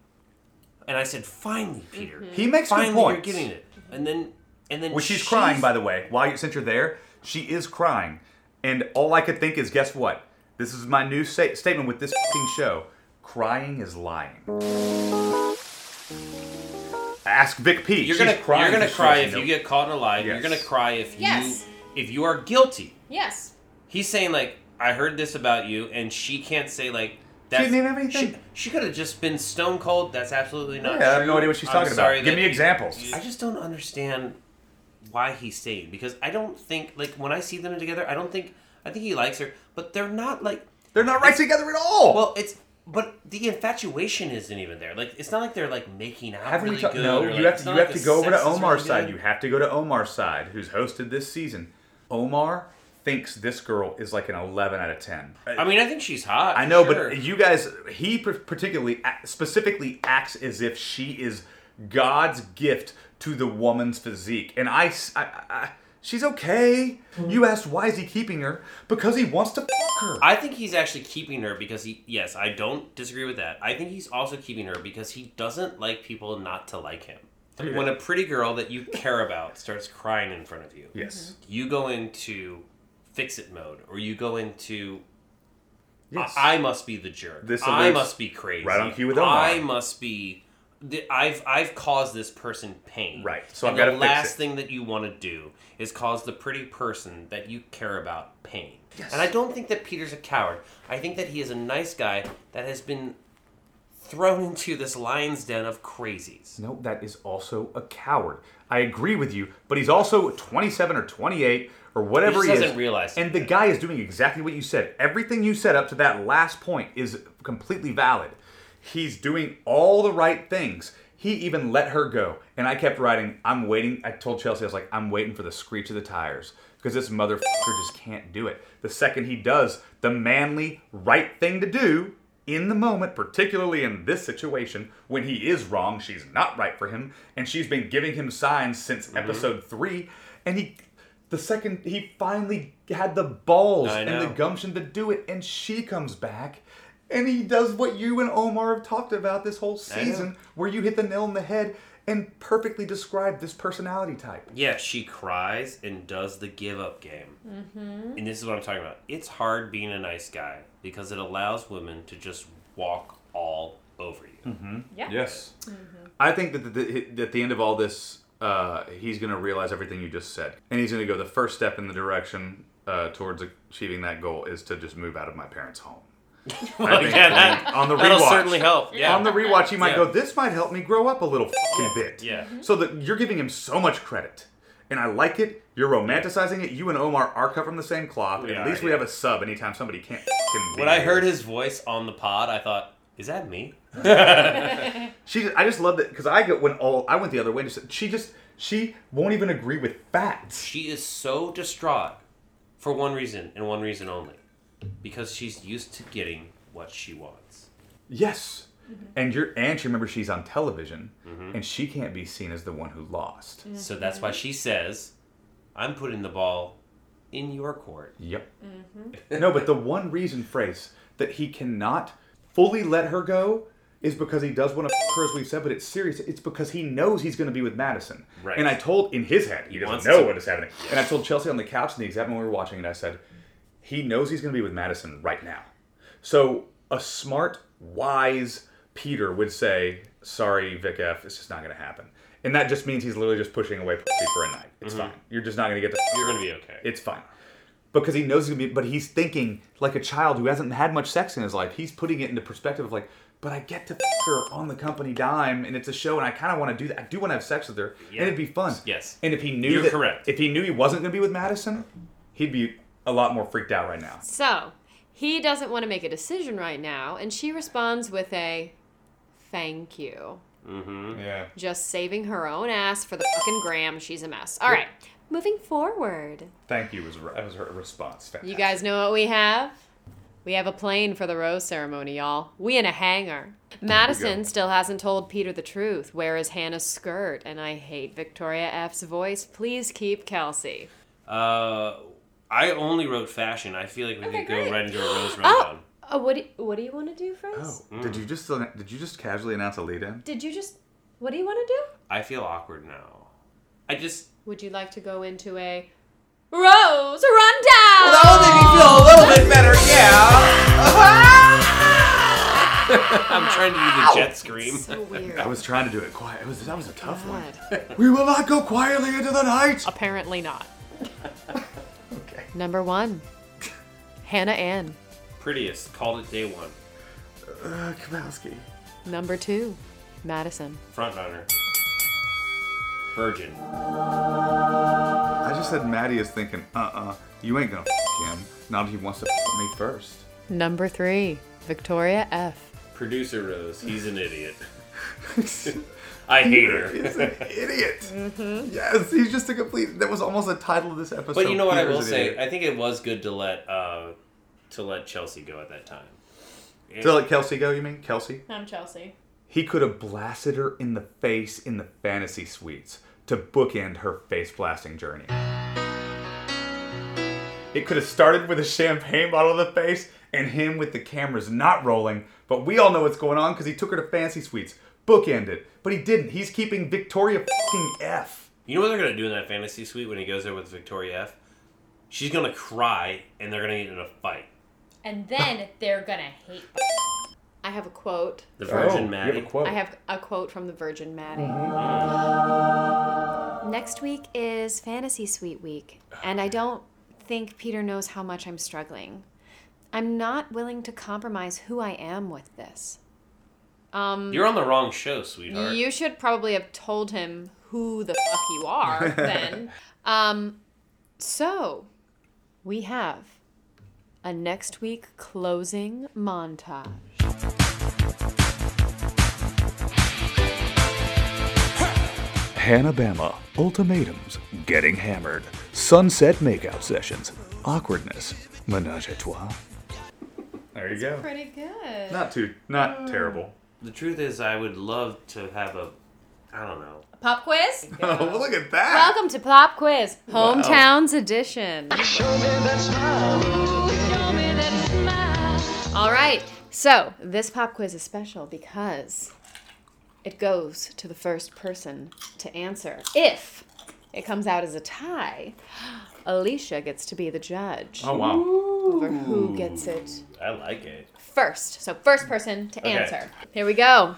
[SPEAKER 7] and I said, "Finally,
[SPEAKER 2] Mm-hmm.
[SPEAKER 7] Peter.
[SPEAKER 4] He makes good
[SPEAKER 7] finally
[SPEAKER 4] points."
[SPEAKER 7] you're getting it." And then and then
[SPEAKER 4] Well, she's crying, by the way. While you since you're there, she is crying, and all I could think is, guess what? This is my new sta- statement with this fing show: crying is lying. Ask Vic P.
[SPEAKER 7] You're
[SPEAKER 4] She's
[SPEAKER 7] gonna
[SPEAKER 4] crying
[SPEAKER 7] You're gonna
[SPEAKER 4] because she
[SPEAKER 7] cry
[SPEAKER 4] doesn't
[SPEAKER 7] if
[SPEAKER 4] know-
[SPEAKER 7] you get caught in a lie. You're
[SPEAKER 4] Yes.
[SPEAKER 7] gonna cry if
[SPEAKER 2] Yes.
[SPEAKER 7] you if you are guilty.
[SPEAKER 2] Yes.
[SPEAKER 7] He's saying like, "I heard this about you," and she can't say like.
[SPEAKER 4] didn't even have anything.
[SPEAKER 7] She, could have just been stone cold. That's absolutely not
[SPEAKER 4] Yeah, I have
[SPEAKER 7] true.
[SPEAKER 4] no idea what she's
[SPEAKER 7] I'm
[SPEAKER 4] talking
[SPEAKER 7] sorry
[SPEAKER 4] about. Give
[SPEAKER 7] that
[SPEAKER 4] me
[SPEAKER 7] you-
[SPEAKER 4] examples.
[SPEAKER 7] I just don't understand why he stayed because I don't think like when I see them together, I don't think I think he likes her, but they're not like
[SPEAKER 4] They're not right together at all.
[SPEAKER 7] well, it's but the infatuation isn't even there. Like it's not like they're like making out
[SPEAKER 4] Haven't we
[SPEAKER 7] really
[SPEAKER 4] talked-
[SPEAKER 7] good.
[SPEAKER 4] no,
[SPEAKER 7] or,
[SPEAKER 4] you
[SPEAKER 7] like,
[SPEAKER 4] have
[SPEAKER 7] it's
[SPEAKER 4] to
[SPEAKER 7] not
[SPEAKER 4] you
[SPEAKER 7] like
[SPEAKER 4] have
[SPEAKER 7] the
[SPEAKER 4] to go over to
[SPEAKER 7] sex is really
[SPEAKER 4] Omar's side.
[SPEAKER 7] good.
[SPEAKER 4] You have to go to Omar's side, who's hosted this season. Omar thinks this girl is like an 11 out of Uh, 10.
[SPEAKER 7] I mean, I think she's hot.
[SPEAKER 4] I
[SPEAKER 7] for
[SPEAKER 4] know,
[SPEAKER 7] sure.
[SPEAKER 4] but you guys, he par- particularly a- specifically acts as if she is God's gift to the woman's physique. And I, s- I- I- I- she's okay. You asked why is he keeping her? Because he wants to fuck her.
[SPEAKER 7] Mm-hmm. I think he's actually keeping her because he. Yes, I don't disagree with that. I think he's also keeping her because he doesn't like people not to like him. When a pretty girl that you care about starts crying in front of you,
[SPEAKER 4] yes.
[SPEAKER 7] you go into fix it mode, or you go into
[SPEAKER 4] Yes.
[SPEAKER 7] Mm-hmm. I, I must be the jerk.
[SPEAKER 4] This
[SPEAKER 7] I
[SPEAKER 4] alerts-
[SPEAKER 7] must be crazy.
[SPEAKER 4] Right on cue with Omar.
[SPEAKER 7] I must be. th- I've I've caused this person pain.
[SPEAKER 4] Right, so
[SPEAKER 7] And
[SPEAKER 4] I've gotta
[SPEAKER 7] the
[SPEAKER 4] fix
[SPEAKER 7] last
[SPEAKER 4] it.
[SPEAKER 7] thing that you want to do is cause the pretty person that you care about pain. Yes. And I don't think that Peter's a coward. I think that he is a nice guy that has been thrown into this lion's den of crazies.
[SPEAKER 4] No, that is also a coward. I agree with you, but he's also 27 or 28 or whatever
[SPEAKER 7] He
[SPEAKER 4] he,
[SPEAKER 7] just
[SPEAKER 4] is.
[SPEAKER 7] hasn't realized it
[SPEAKER 4] And the guy is doing exactly what you said. Everything you said up to that last point is completely valid. He's doing all the right things. He even let her go. And I kept writing, I'm waiting. I told Chelsea, I was like, I'm waiting for the screech of the tires because this motherfucker just can't do it. The second he does the manly, right thing to do in the moment, particularly in this situation, when he is wrong, she's not right for him, and she's been giving him signs
[SPEAKER 7] Mm-hmm.
[SPEAKER 4] since episode three, and he. The second he finally had the balls
[SPEAKER 7] I
[SPEAKER 4] and the
[SPEAKER 7] know.
[SPEAKER 4] gumption to do it, and she comes back, and he does what you and Omar have talked about this whole
[SPEAKER 7] I know.
[SPEAKER 4] season, where you hit the nail on the head and perfectly describe this personality type.
[SPEAKER 7] Yeah, she cries and does the give up game. Mm-hmm. And this is what I'm talking about. It's hard being a nice guy because it allows women to just walk all over you.
[SPEAKER 4] Mm-hmm. Yes. I think that the, the, at the end of all this, uh, he's going to realize everything you just said. And he's going to go the first step in the direction uh, towards achieving that goal is to just move out of my parents' home. I think
[SPEAKER 7] yeah, that-
[SPEAKER 4] on the
[SPEAKER 7] That'll
[SPEAKER 4] rewatch.
[SPEAKER 7] certainly help. Yeah.
[SPEAKER 4] On the rewatch, he might
[SPEAKER 7] Yeah.
[SPEAKER 4] go, This might help me grow up a little fing bit.
[SPEAKER 7] Yeah.
[SPEAKER 4] So that you're giving him so much credit. And I like it. You're romanticizing it. You and Omar are cut from the same cloth.
[SPEAKER 7] We
[SPEAKER 4] and at
[SPEAKER 7] are,
[SPEAKER 4] least we
[SPEAKER 7] yeah.
[SPEAKER 4] have a sub anytime somebody can't fing
[SPEAKER 7] when I heard his voice on the pod, I thought, is that me?
[SPEAKER 4] She, just, I just love that because I get when all I went the other way. and Just, she just, she won't even agree with facts.
[SPEAKER 7] She is so distraught for one reason and one reason only because she's used to getting what she wants.
[SPEAKER 4] Yes, and you're, and she remember she's on television,
[SPEAKER 7] Mm-hmm.
[SPEAKER 4] and she can't be seen as the one who lost.
[SPEAKER 7] So that's why she says, I'm putting the ball in your court.
[SPEAKER 4] Yep. Mm-hmm. no, but the one reason, phrase that he cannot fully let her go is because he does want to f her, as we've said, but it's serious. It's because he knows he's going to be with Madison.
[SPEAKER 7] Right.
[SPEAKER 4] And I told, in his head, he,
[SPEAKER 7] wants
[SPEAKER 4] doesn't know
[SPEAKER 7] to-
[SPEAKER 4] what is happening. And I told Chelsea on the couch in the exam when we were watching it, I said, he knows he's going to be with Madison right now. So a smart, wise Peter would say, sorry, Vic F, it's just not going to happen. And that just means he's literally just pushing away pussy for a night. It's fine. You're just not going to get to
[SPEAKER 7] Mm-hmm. You're going to be okay.
[SPEAKER 4] it's fine. Because he knows he's gonna be, but he's thinking like a child who hasn't had much sex in his life. He's putting it into perspective of like, but I get to f her on the company dime, and it's a show, and I kind of want to do that. I do want to have sex with her,
[SPEAKER 7] Yeah.
[SPEAKER 4] and it'd be fun.
[SPEAKER 7] Yes.
[SPEAKER 4] And if he knew
[SPEAKER 7] You're
[SPEAKER 4] that-
[SPEAKER 7] correct.
[SPEAKER 4] if he knew he wasn't gonna be with Madison, he'd be a lot more freaked out right now.
[SPEAKER 2] So he doesn't want to make a decision right now, and she responds with a thank you.
[SPEAKER 7] Mm-hmm.
[SPEAKER 4] Yeah.
[SPEAKER 2] Just saving her own ass for the fucking gram. She's a mess. All right, moving forward.
[SPEAKER 4] Thank you was her, that was her response.
[SPEAKER 2] You
[SPEAKER 4] Fantastic.
[SPEAKER 2] guys know what we have? We have a plane for the rose ceremony, y'all. We in a hangar. Madison still hasn't told Peter the truth. Where is Hannah's skirt? And I hate Victoria F's voice. Please keep Kelsey.
[SPEAKER 7] Uh, I only wrote fashion. I feel like we could go
[SPEAKER 2] great.
[SPEAKER 7] right into a rose rundown.
[SPEAKER 2] Oh, what do, what do you want to do first?
[SPEAKER 4] Oh,
[SPEAKER 7] Mm.
[SPEAKER 4] did you just did you just casually announce a lead in?
[SPEAKER 2] Did you just. What do you want to do?
[SPEAKER 7] I feel awkward now. I just
[SPEAKER 2] Would you like to go into a rose rundown?
[SPEAKER 6] That would make me feel a little bit better, yeah.
[SPEAKER 7] I'm trying to do the jet scream.
[SPEAKER 9] So weird.
[SPEAKER 4] I was trying to do it quiet. It was that was a tough one.
[SPEAKER 2] God.
[SPEAKER 4] We will not go quietly into the night.
[SPEAKER 2] Apparently not. Number one Hannah Ann.
[SPEAKER 7] Prettiest called it day one.
[SPEAKER 4] Uh, Kowalski.
[SPEAKER 2] Number two Madison.
[SPEAKER 7] Front runner. Virgin.
[SPEAKER 4] I just said Maddie is thinking, uh-uh, you ain't gonna f- him. Not if he wants to f- me first.
[SPEAKER 2] Number three, Victoria F.
[SPEAKER 7] Producer Rose. He's an idiot. I hate her.
[SPEAKER 4] He's an idiot. Yes, he's just a complete. That was almost the title of this episode.
[SPEAKER 7] But you know what I
[SPEAKER 4] Peter's
[SPEAKER 7] will
[SPEAKER 4] an
[SPEAKER 7] say?
[SPEAKER 4] idiot.
[SPEAKER 7] I think it was good to let uh, to let Chelsea go at that time.
[SPEAKER 4] To let Kelsey go, you mean Kelsey?
[SPEAKER 9] I'm Chelsea.
[SPEAKER 4] He could have blasted her in the face in the fantasy suites to bookend her face blasting journey. It could have started with a champagne bottle to the face and him with the cameras not rolling, but we all know what's going on because he took her to fancy suites, bookended, but he didn't. He's keeping Victoria fucking F.
[SPEAKER 7] You know what they're gonna do in that fantasy suite when he goes there with Victoria F? She's gonna cry and they're gonna get in a fight.
[SPEAKER 10] And then they're gonna hate.
[SPEAKER 11] I have a quote.
[SPEAKER 7] The Virgin
[SPEAKER 4] Oh,
[SPEAKER 7] Maddie.
[SPEAKER 4] You have a quote.
[SPEAKER 11] I have a quote from the Virgin Maddie.
[SPEAKER 2] Next week is Fantasy Suite Week, and I don't think Peter knows how much I'm struggling. I'm not willing to compromise who I am with this.
[SPEAKER 11] Um,
[SPEAKER 7] You're on the wrong show, sweetheart.
[SPEAKER 11] you should probably have told him who the fuck you are then. Um,
[SPEAKER 2] So, we have a next week closing montage.
[SPEAKER 12] Hannabama, ultimatums, getting hammered, sunset makeout sessions, awkwardness, menage a trois.
[SPEAKER 4] There you go.
[SPEAKER 10] Pretty good.
[SPEAKER 4] Not too, not terrible.
[SPEAKER 7] The truth is, I would love to have a. I don't know.
[SPEAKER 10] Pop quiz.
[SPEAKER 4] Oh, well, look at that.
[SPEAKER 2] Welcome to Pop Quiz, Hometowns Edition. All right, so this pop quiz is special because it goes to the first person to answer. If it comes out as a tie, Alicia gets to be the judge
[SPEAKER 4] Oh, wow.
[SPEAKER 2] over who gets it
[SPEAKER 7] I like it.
[SPEAKER 2] first. So, first person to answer. Here we go.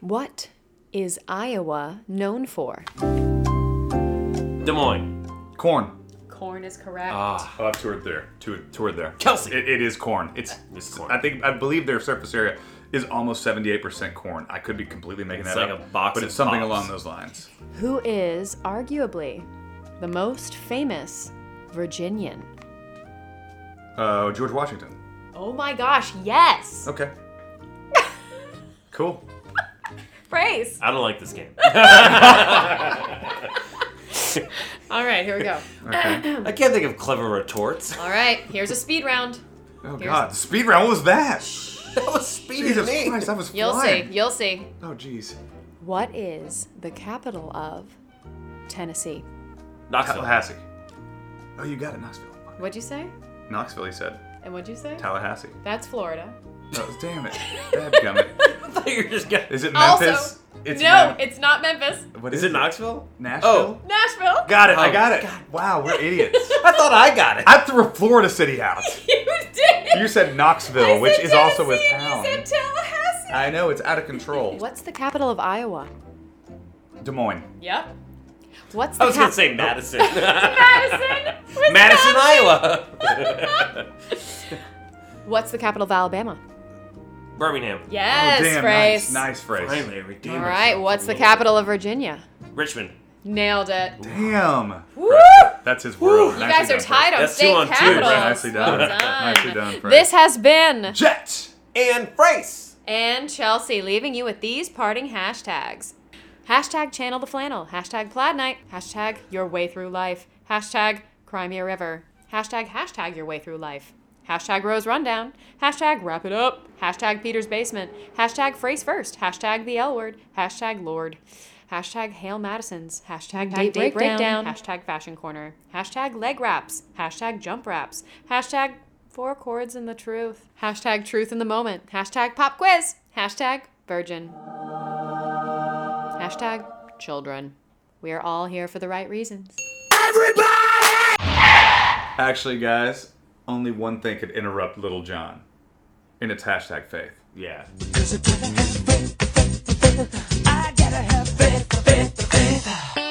[SPEAKER 2] What is Iowa known for?
[SPEAKER 7] Des Moines.
[SPEAKER 4] Corn.
[SPEAKER 11] corn is correct.
[SPEAKER 7] Ah,
[SPEAKER 4] Oh, I've toured there. Toured, toured there.
[SPEAKER 7] Kelsey.
[SPEAKER 4] It, it is corn. It's,
[SPEAKER 7] It's corn.
[SPEAKER 4] I think, I believe their surface area is almost 78% corn. I could be completely making
[SPEAKER 7] It's
[SPEAKER 4] that
[SPEAKER 7] like
[SPEAKER 4] up.
[SPEAKER 7] a box
[SPEAKER 4] but
[SPEAKER 7] of
[SPEAKER 4] it's something
[SPEAKER 7] pops.
[SPEAKER 4] along those lines.
[SPEAKER 2] Who is arguably the most famous Virginian?
[SPEAKER 4] Uh, George Washington.
[SPEAKER 11] Oh my gosh, yes!
[SPEAKER 4] Okay. cool.
[SPEAKER 11] Praise!
[SPEAKER 7] I don't like this game.
[SPEAKER 11] All right, here we go.
[SPEAKER 4] Okay.
[SPEAKER 7] I can't think of clever retorts.
[SPEAKER 11] All right, here's a speed round.
[SPEAKER 4] Oh God, the speed round. What was that?
[SPEAKER 7] That was speedy
[SPEAKER 4] Jesus Christ, that was
[SPEAKER 11] You'll
[SPEAKER 4] flying.
[SPEAKER 11] see, you'll see.
[SPEAKER 4] Oh jeez.
[SPEAKER 2] What is the capital of Tennessee?
[SPEAKER 7] Knoxville.
[SPEAKER 4] Tallahassee. Oh, you got it, Knoxville.
[SPEAKER 11] What'd you say?
[SPEAKER 4] Knoxville, he said.
[SPEAKER 11] And what'd you say?
[SPEAKER 4] Tallahassee.
[SPEAKER 11] That's Florida.
[SPEAKER 4] Oh, damn it. Dadgummit.
[SPEAKER 7] You're just gonna-
[SPEAKER 4] Is it
[SPEAKER 11] Also-
[SPEAKER 4] Memphis? it's
[SPEAKER 11] no,
[SPEAKER 4] Mem-
[SPEAKER 11] it's not Memphis.
[SPEAKER 4] what
[SPEAKER 7] Is it Knoxville?
[SPEAKER 4] Nashville?
[SPEAKER 7] Oh.
[SPEAKER 11] Nashville.
[SPEAKER 4] Got it. I
[SPEAKER 7] Oh,
[SPEAKER 4] got it. Wow, we're idiots.
[SPEAKER 7] I thought I got it.
[SPEAKER 4] I threw Florida City out.
[SPEAKER 11] you did.
[SPEAKER 4] You said Knoxville,
[SPEAKER 11] I
[SPEAKER 4] which
[SPEAKER 11] said
[SPEAKER 4] is also a
[SPEAKER 11] Tennessee and
[SPEAKER 4] town.
[SPEAKER 11] You said Tallahassee.
[SPEAKER 4] I know it's out of control.
[SPEAKER 2] What's the capital of Iowa?
[SPEAKER 4] Des Moines.
[SPEAKER 11] Yep.
[SPEAKER 2] What's the
[SPEAKER 7] I was gonna
[SPEAKER 2] cap-
[SPEAKER 7] say Madison.
[SPEAKER 11] Madison.
[SPEAKER 7] Madison, Iowa.
[SPEAKER 2] What's the capital of Alabama?
[SPEAKER 7] Birmingham.
[SPEAKER 11] Yes,
[SPEAKER 4] oh, damn,
[SPEAKER 11] Grace.
[SPEAKER 4] Nice, nice phrase.
[SPEAKER 7] Finally, I redeemed
[SPEAKER 2] All right,
[SPEAKER 7] myself.
[SPEAKER 2] what's the capital of Virginia?
[SPEAKER 7] Richmond.
[SPEAKER 11] Nailed it.
[SPEAKER 4] Damn.
[SPEAKER 11] Woo!
[SPEAKER 4] That's his world.
[SPEAKER 11] You guys are tied on
[SPEAKER 7] That's two
[SPEAKER 11] state
[SPEAKER 7] on two, right?
[SPEAKER 11] capitals.
[SPEAKER 4] Nicely done.
[SPEAKER 11] Well done.
[SPEAKER 4] Nicely done, Frank.
[SPEAKER 2] This has been
[SPEAKER 4] Jet.
[SPEAKER 7] And Price.
[SPEAKER 2] and Chelsea leaving you with these parting hashtags. Hashtag channel the flannel. Hashtag plaid night. Hashtag your way through life. Hashtag Crimea River. Hashtag hashtag your way through life. Hashtag Rose Rundown. Hashtag wrap it up. Hashtag Peter's Basement. Hashtag phrase first. Hashtag the L word. Hashtag Lord. Hashtag Hail Madison's. Hashtag date, date breakdown. Hashtag fashion corner. Hashtag leg wraps. Hashtag jump wraps. Hashtag four chords and the truth. Hashtag truth in the moment. Hashtag pop quiz. Hashtag virgin. Hashtag children. We are all here for the right reasons.
[SPEAKER 4] Actually, guys, only one thing could interrupt Little John, and it's hashtag faith.
[SPEAKER 7] Yeah.
[SPEAKER 13] I gotta have faith, faith, faith.